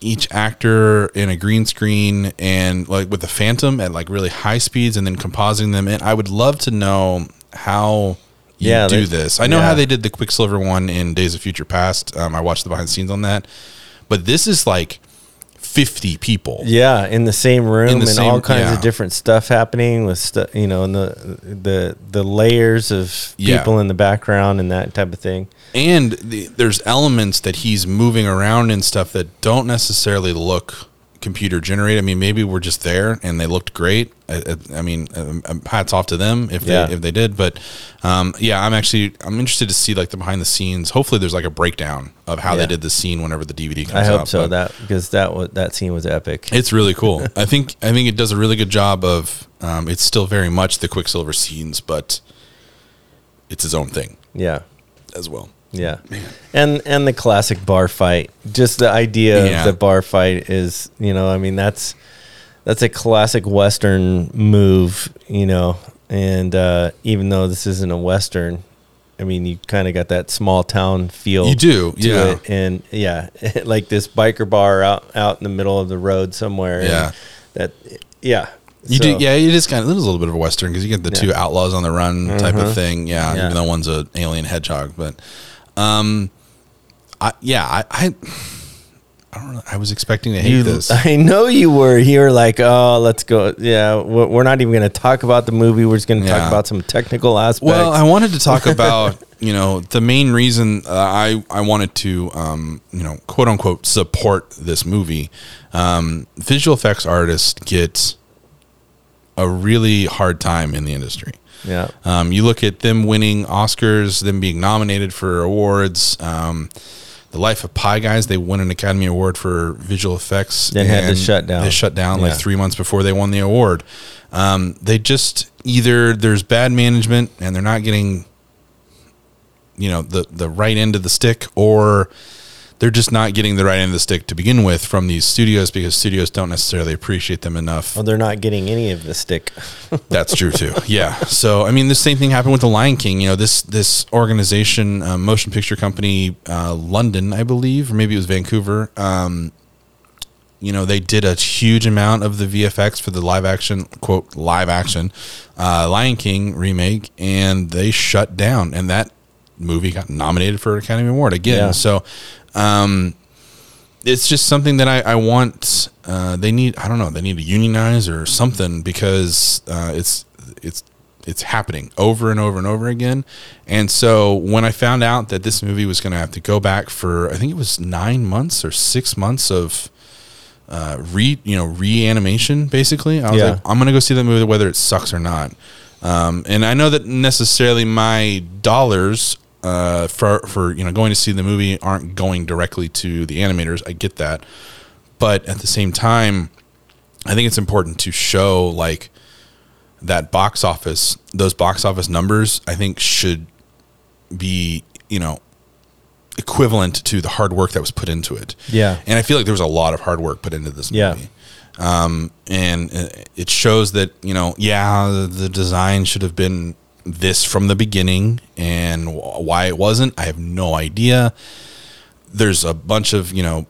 each actor in a green screen and like with the phantom at like really high speeds and then compositing them in. I would love to know how you
Yeah,
do
they-
this. I know how
yeah.
they did the Quicksilver one in Days of Future Past. Um, I watched the behind the scenes on that, but this is like fifty people.
Yeah, in the same room
In the
and
same-
all kinds
yeah.
of different stuff happening with stuff, you know, and the the the layers of
Yeah.
people in the background and that type of thing.
and the, there's elements that he's moving around and stuff that don't necessarily look computer generated. I mean, maybe we're just there and they looked great. I, I, I mean, um, um, hats off to them if
Yeah.
they if they did. But um, yeah, I'm actually I'm interested to see like the behind the scenes. Hopefully, there's like a breakdown of how they
Yeah.
did the scene whenever the DVD comes
I
out.
hope so
But-
that because that was that scene was epic.
it's really cool. I think I think it does a really good job of. Um, it's still very much the Quicksilver scenes, but it's his own thing
yeah.
as well.
Yeah. And and the classic bar fight. Just the idea
Yeah.
of the bar fight is, you know, I mean that's that's a classic western move, you know. And uh even though this isn't a western, I mean you kind of got that small town feel.
You do,
to
yeah.
it. And yeah, like this biker bar out out in the middle of the road somewhere. and
Yeah.
That yeah.
You
So-
do, yeah. It is kind of it is a little bit of a western because you get the two outlaws on the run type of thing. Yeah,
Mm-hmm. Yeah.
even though one's a alien hedgehog, but um, I yeah, I I, I don't know. I was expecting to hate
You-
this.
I know you were. You were like, oh, let's go. Yeah, we're we're not even going to talk about the movie. We're just going to
Yeah.
talk about some technical aspects.
Well, I wanted to talk about you know the main reason uh, I I wanted to um, you know quote unquote support this movie. Um, visual effects artists get a really hard time in the industry.
yeah,
Um, you look at them winning Oscars, them being nominated for awards. Um, the Life of Pi guys, they won an Academy Award for visual effects.
Then had to shut down.
They shut down like
Yeah.
three months before they won the award. Um, they just either there's bad management and they're not getting, you know, the the right end of the stick, or they're just not getting the right end of the stick to begin with from these studios because studios don't necessarily appreciate them enough.
well, Oh, they're not getting any of the stick.
That's true too. Yeah. So I mean, the same thing happened with the Lion King. You know, this this organization, uh, motion picture company, uh, London, I believe, or maybe it was Vancouver. Um, you know, they did a huge amount of the VFX for the live action quote live action uh, Lion King remake, and they shut down. And that movie got nominated for an Academy Award again.
Yeah.
So. Um, it's just something that I, I want. Uh, they need. I don't know. They need to unionize or something because uh, it's it's it's happening over and over and over again. And so when I found out that this movie was going to have to go back for, I think it was nine months or six months of uh, re you know reanimation basically. I was
Yeah.
like, I'm going to go see that movie whether it sucks or not. Um, and I know that necessarily my dollars uh, for for you know going to see the movie aren't going directly to the animators. I get that, but at the same time, I think it's important to show like that box office. Those box office numbers, I think, should be you know equivalent to the hard work that was put into it.
Yeah.
and I feel like there was a lot of hard work put into this movie
Yeah.
and uh, it shows that you know yeah the- the design should have been this from the beginning and wh- why it wasn't i have no idea there's a bunch of you know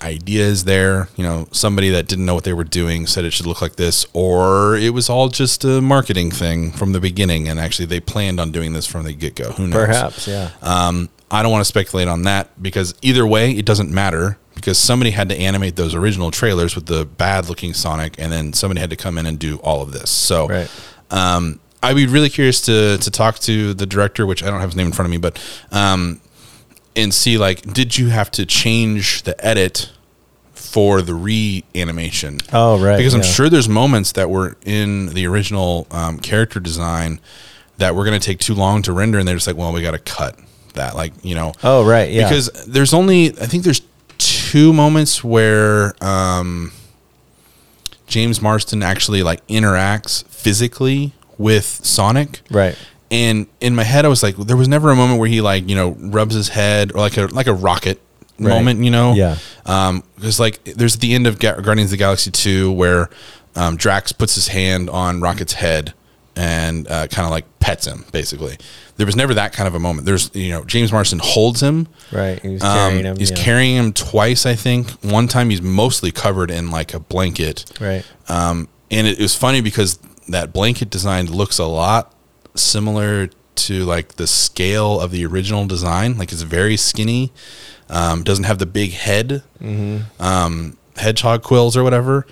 ideas there you know somebody that didn't know what they were doing said it should look like this or it was all just a marketing thing from the beginning and actually they planned on doing this from the get-go who knows
Perhaps, yeah.
um, I don't want to speculate on that because either way, it doesn't matter because somebody had to animate those original trailers with the bad looking Sonic, and then somebody had to come in and do all of this. So,
Right.
um, I'd be really curious to to talk to the director, which I don't have his name in front of me, but um, and see like, did you have to change the edit for the reanimation?
Oh, right,
Because I'm
yeah.
sure there's moments that were in the original um, character design that were going to take too long to render, and they're just like, well, we got to cut that, like you know.
Oh, right, yeah.
Because there's only I think there's two moments where um, James Marston actually like interacts physically with Sonic.
Right.
And in my head I was like there was never a moment where he like, you know, rubs his head or like a like a rocket
Right.
moment, you know.
Yeah.
Um cuz like there's the end of Ga- Guardians of the Galaxy 2 where um, Drax puts his hand on Rocket's head and uh, kind of like pets him. Basically, there was never that kind of a moment. There's you know James Marston holds him.
Right. He was
Um,
carrying him.
he's
yeah.
carrying him twice, I think. One time he's mostly covered in like a blanket.
Right.
Um, and it, it was funny because that blanket design looks a lot similar to like the scale of the original design. Like it's very skinny, um, doesn't have the big head,
Mm-hmm.
um, hedgehog quills or whatever.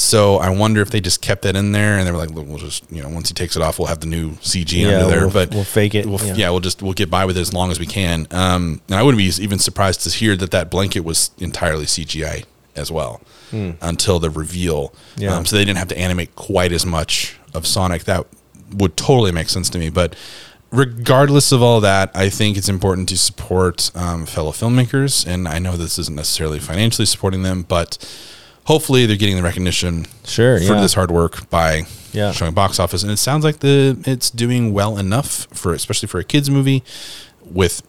So I wonder if they just kept that in there and they were like, Look, we'll just, you know, once he takes it off, we'll have the new CG
Yeah,
under there.
we'll-
but
we'll fake it,
We'll,
yeah.
yeah. we'll just, we'll get by with it as long as we can. Um, and I wouldn't be even surprised to hear that that blanket was entirely CGI as well until the reveal.
Yeah.
Um, so they didn't have to animate quite as much of Sonic. That would totally make sense to me. But regardless of all that, I think it's important to support um, fellow filmmakers. And I know this isn't necessarily financially supporting them, but hopefully they're getting the recognition
Sure,
for
yeah.
this hard work by
Yeah.
showing box office. And it sounds like the it's doing well enough for especially for a kids movie with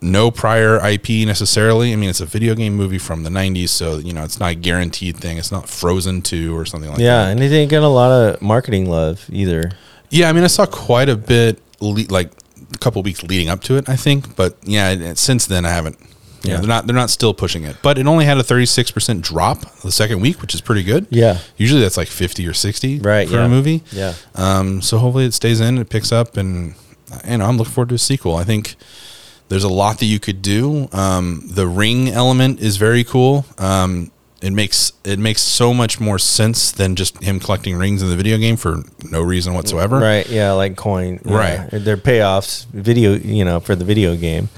no prior IP necessarily. I mean, it's a video game movie from the 90s, so you know, it's not a guaranteed thing. It's not Frozen 2 or something like
Yeah,
that.
and he didn't get a lot of marketing love either.
Yeah, I mean, I saw quite a bit le- like a couple weeks leading up to it, I think, but yeah, it- it- since then I haven't yeah,
Yeah.
they're not they're not still pushing it. But it only had a 36% drop the second week, which is pretty good.
Yeah.
Usually that's like 50 or 60
Right,
for
yeah.
a movie.
Yeah.
Um, so hopefully it stays in, it picks up, and you know I'm looking forward to a sequel. I think there's a lot that you could do. Um, the ring element is very cool. Um, it makes it makes so much more sense than just him collecting rings in the video game for no reason whatsoever.
Right. Yeah, like coin. Yeah.
Right.
They're payoffs video, you know, for the video game,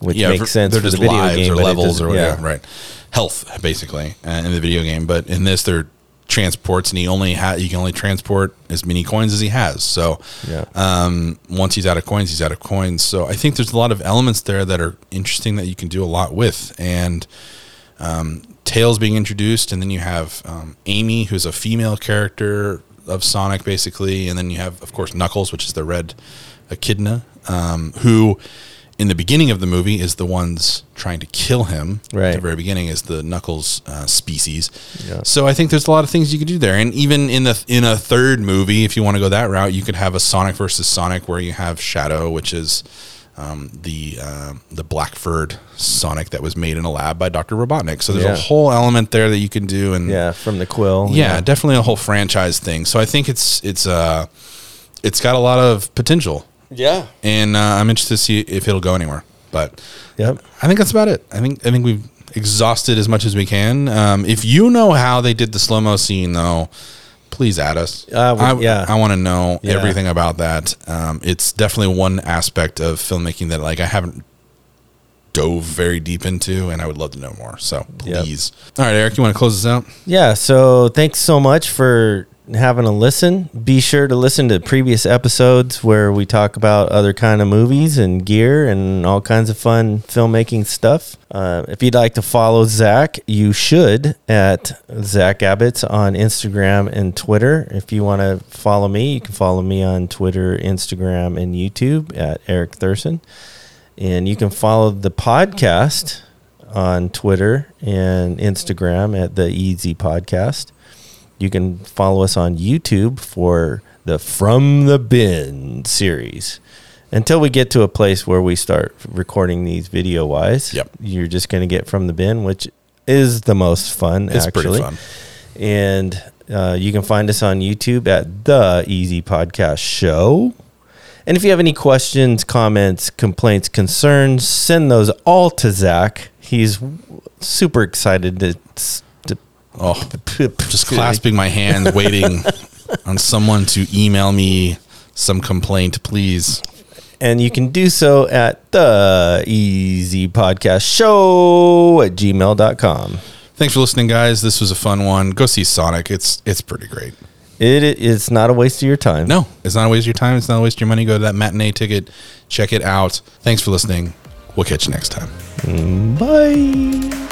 which
Yeah,
makes
for-
sense
They're
for
just
the video
lives
game
or
but it
levels
doesn't-
or whatever. Right. Health basically uh, in the video game, but in this they're transports and he only ha- he can only transport as many coins as he has. So
Yeah.
um, once he's out of coins, he's out of coins. So I think there's a lot of elements there that are interesting that you can do a lot with. And um, Tails being introduced, and then you have um, Amy, who's a female character of Sonic, basically. And then you have, of course, Knuckles, which is the red echidna, um, who in the beginning of the movie is the ones trying to kill him.
Right.
At the very beginning is the Knuckles uh, species.
Yeah.
So I think there's a lot of things you could do there, and even in the in a third movie, if you want to go that route, you could have a Sonic versus Sonic where you have Shadow, which is um, the um the Blackford Sonic that was made in a lab by Dr. Robotnik. So there's
Yeah.
a whole element there that you can do, and
Yeah, from the quill.
yeah, definitely a whole franchise thing. So I think it's it's uh it's got a lot of potential,
Yeah.
and uh, I'm interested to see if it'll go anywhere. But
Yep.
I think that's about it. I think I think we've exhausted as much as we can. Um, if you know how they did the slow mo scene, though, please add us.
Uh, we-
I,
yeah.
I want to know
Yeah.
everything about that. Um, it's definitely one aspect of filmmaking that like I haven't dove very deep into, and I would love to know more. So
Yep.
please. All right, Eric, you want to close this out?
Yeah, so thanks so much for having a listen. Be sure to listen to previous episodes where we talk about other kind of movies and gear and all kinds of fun filmmaking stuff. Uh, if you'd like to follow Zach, you should at Zach Abbott's on Instagram and Twitter. If you want to follow me, you can follow me on Twitter, Instagram, and YouTube at Eric Thurston. And you can follow the podcast on Twitter and Instagram at the Easy Podcast. You can follow us on YouTube for the From the Bin series. Until we get to a place where we start recording these video wise,
Yep.
you're just going to get From the Bin, which is the most fun,
It's
actually
pretty fun.
and uh, you can find us on YouTube at the Easy Podcast Show. And if you have any questions, comments, complaints, concerns, send those all to Zach. He's w- super excited to. to
Oh, just clasping my hands, waiting on someone to email me some complaint, please.
And you can do so at the Easy Podcast Show at gmail.com.
Thanks for listening, guys. This was a fun one. Go see Sonic. It's it's pretty great.
It is not a waste of your time.
No, it's not a waste of your time. It's not a waste of your money. Go to that matinee ticket. Check it out. Thanks for listening. We'll catch you next time.
Bye.